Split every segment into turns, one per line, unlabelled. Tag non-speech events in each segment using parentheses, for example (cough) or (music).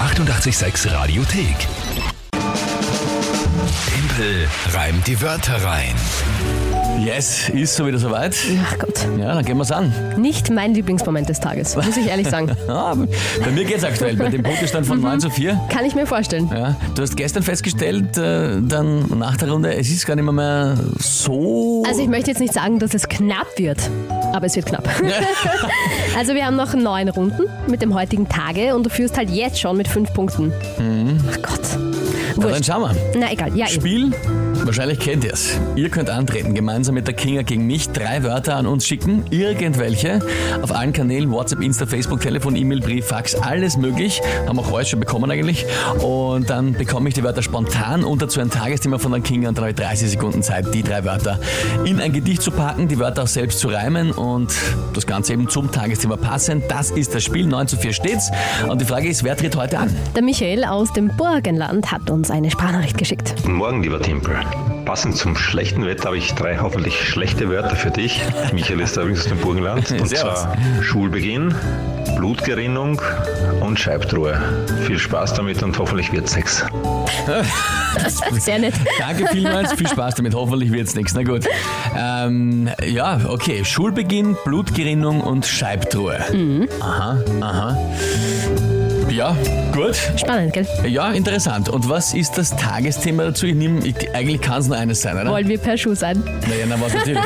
886 Radiothek. Tempel reimt die Wörter rein.
Yes, ist so wieder soweit.
Ach Gott.
Ja, dann gehen wir's an.
Nicht mein Lieblingsmoment des Tages, muss ich ehrlich
(laughs)
sagen.
Ah, bei mir geht's aktuell, bei dem Punktestand
Mhm.
von 9 zu 4.
Kann ich mir vorstellen.
Ja, du hast gestern festgestellt, äh, dann nach der Runde, es ist gar nicht mehr, mehr so.
Also ich möchte jetzt nicht sagen, dass es knapp wird, aber es
(laughs)
wird knapp. (laughs) Also wir haben noch neun Runden mit dem heutigen Tage und du führst halt jetzt schon mit fünf Punkten.
Mhm.
Ach Gott.
Na, dann
Wurscht.
schauen wir.
Na egal, ja, eh.
Spiel, wahrscheinlich kennt ihr es. Ihr könnt antreten, gemeinsam mit der Kinga gegen mich, drei Wörter an uns schicken, irgendwelche, auf allen Kanälen, WhatsApp, Insta, Facebook, Telefon, E-Mail, Brief, Fax, alles möglich. Haben auch heute schon bekommen eigentlich. Und dann bekomme ich die Wörter spontan und dazu ein Tagesthema von der Kinga und dann habe ich 30 Sekunden Zeit, die drei Wörter in ein Gedicht zu packen, die Wörter auch selbst zu reimen und das Ganze eben zum Tagesthema passend. Das ist das Spiel, 9 zu 4 steht's. Und die Frage ist, wer tritt heute an?
Der Michael aus dem Burgenland hat uns eine Sprachnachricht geschickt.
Guten Morgen, lieber Tempel. Passend zum schlechten Wetter habe ich drei hoffentlich schlechte Wörter für dich. Michael ist da übrigens aus dem Burgenland. Und
Servus.
zwar Schulbeginn, Blutgerinnung und Scheibtruhe. Viel Spaß damit und hoffentlich wird Sex.
Sehr nett.
Danke vielmals, viel Spaß damit. Hoffentlich wird's nichts. Na gut. Ähm, ja, okay. Schulbeginn, Blutgerinnung und Scheibtruhe.
Mhm.
Aha, aha. Ja, gut.
Spannend, gell?
Ja, interessant. Und was ist das Tagesthema dazu? Ich nehme, ich, eigentlich kann es nur eines sein, oder?
Wollen wir per Schuh sein?
Naja, na was natürlich.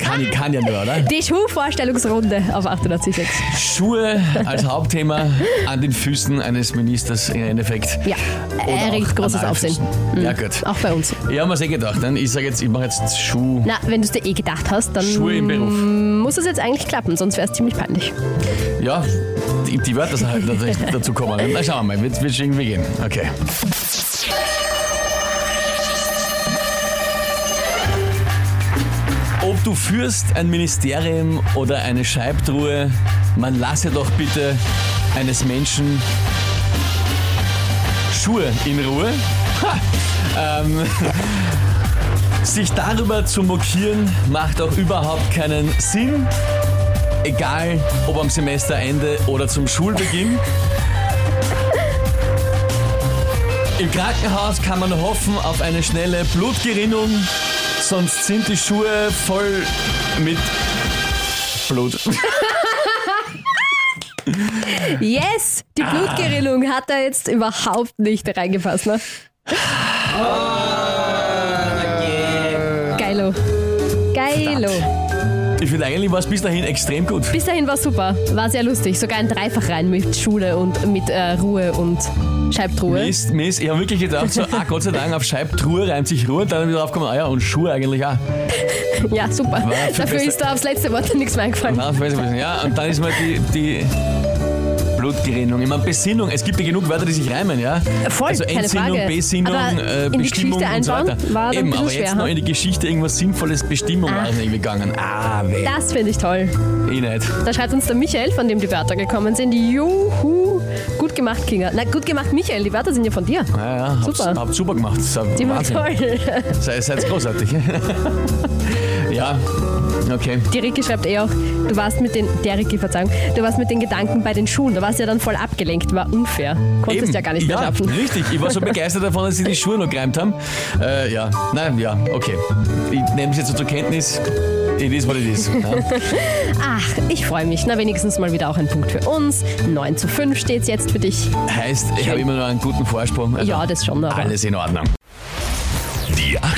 kann, kann ja nur, oder?
Die Schuhvorstellungsrunde auf 806.
Schuhe als Hauptthema an den Füßen eines Ministers im Endeffekt.
Ja,
Oder auch
erregt großes
an allen
Aufsehen. Mhm.
Füßen. Ja, gut.
Auch bei uns.
Ich habe mir's eh gedacht. Ne? Ich sage jetzt, ich mache jetzt Schuh.
Na, wenn du es dir eh gedacht hast, dann
Schuhe im Beruf.
muss es jetzt eigentlich klappen, sonst wäre es ziemlich peinlich.
Ja, die, die Wörter sind halt natürlich dazu kommen. Na, schauen wir mal, wird es irgendwie gehen. Okay. Ob du führst ein Ministerium oder eine Scheibtruhe, man lasse doch bitte eines Menschen Schuhe in Ruhe. Ha, ähm, (laughs) sich darüber zu mokieren, macht auch überhaupt keinen Sinn. Egal, ob am Semesterende oder zum Schulbeginn. Im Krankenhaus kann man hoffen auf eine schnelle Blutgerinnung, sonst sind die Schuhe voll mit Blut.
Yes!
Ah.
Die Blutgerillung hat da jetzt überhaupt nicht reingepasst, ne?
Ah.
Geilo. Geilo.
Ich finde eigentlich war es bis dahin extrem gut.
Bis dahin war super. War sehr lustig. Sogar ein Dreifach rein mit Schule und mit äh, Ruhe und Scheibtruhe.
Mist, Mist, ich habe wirklich gedacht, so, ah, Gott sei Dank, auf Scheibtruhe reimt sich Ruhe und dann wieder aufgekommen, ah ja, und Schuhe eigentlich auch.
Ja, super.
War viel
Dafür
besser.
ist da aufs letzte Wort nichts mehr eingefallen.
Na, das weiß ich nicht. Ja, und dann ist mal die, die Blutgerinnung. Ich meine, Besinnung. Es gibt ja genug Wörter, die sich reimen, ja?
Voll,
also
keine
Entsinnung,
Frage.
Besinnung,
Aber
äh,
in die
Bestimmung
Geschichte
und so weiter.
einbauen war dann ein
Eben,
bisschen
aber jetzt
schwer, ne?
noch
ha?
in die Geschichte irgendwas Sinnvolles, Bestimmung war irgendwie gegangen. Ah, weh.
Das finde ich toll.
Eh nicht.
Da schreibt uns der Michael, von dem die Wörter gekommen sind. Juhu! Gut gemacht, Kinga. Na, gut gemacht, Michael. Die Wörter sind ja von dir.
Ja, ja, hab's,
Super.
Hab's super gemacht. Das ist ein
Die waren
Wahnsinn.
toll.
Sei, seid großartig. (laughs) ja, okay.
Die Ricky schreibt eh auch, du warst mit den, der Ricky, Verzeihung, du warst mit den Gedanken bei den Schuhen, da warst ja dann voll abgelenkt, war unfair. Konntest
Eben.
ja gar nicht mehr
ja,
schaffen.
Richtig, ich war
(laughs)
so begeistert davon, dass sie die Schuhe noch gereimt haben. Äh, ja, nein, ja, okay. Ich nehme es jetzt so zur Kenntnis. It is what it is. Ja.
(laughs) Ach, ich freue mich. Na, wenigstens mal wieder auch ein Punkt für uns. 9 zu 5 steht's jetzt für dich.
Heißt, ich habe immer noch einen guten Vorsprung. Also
Ja, das schon, aber.
Alles in Ordnung.
Die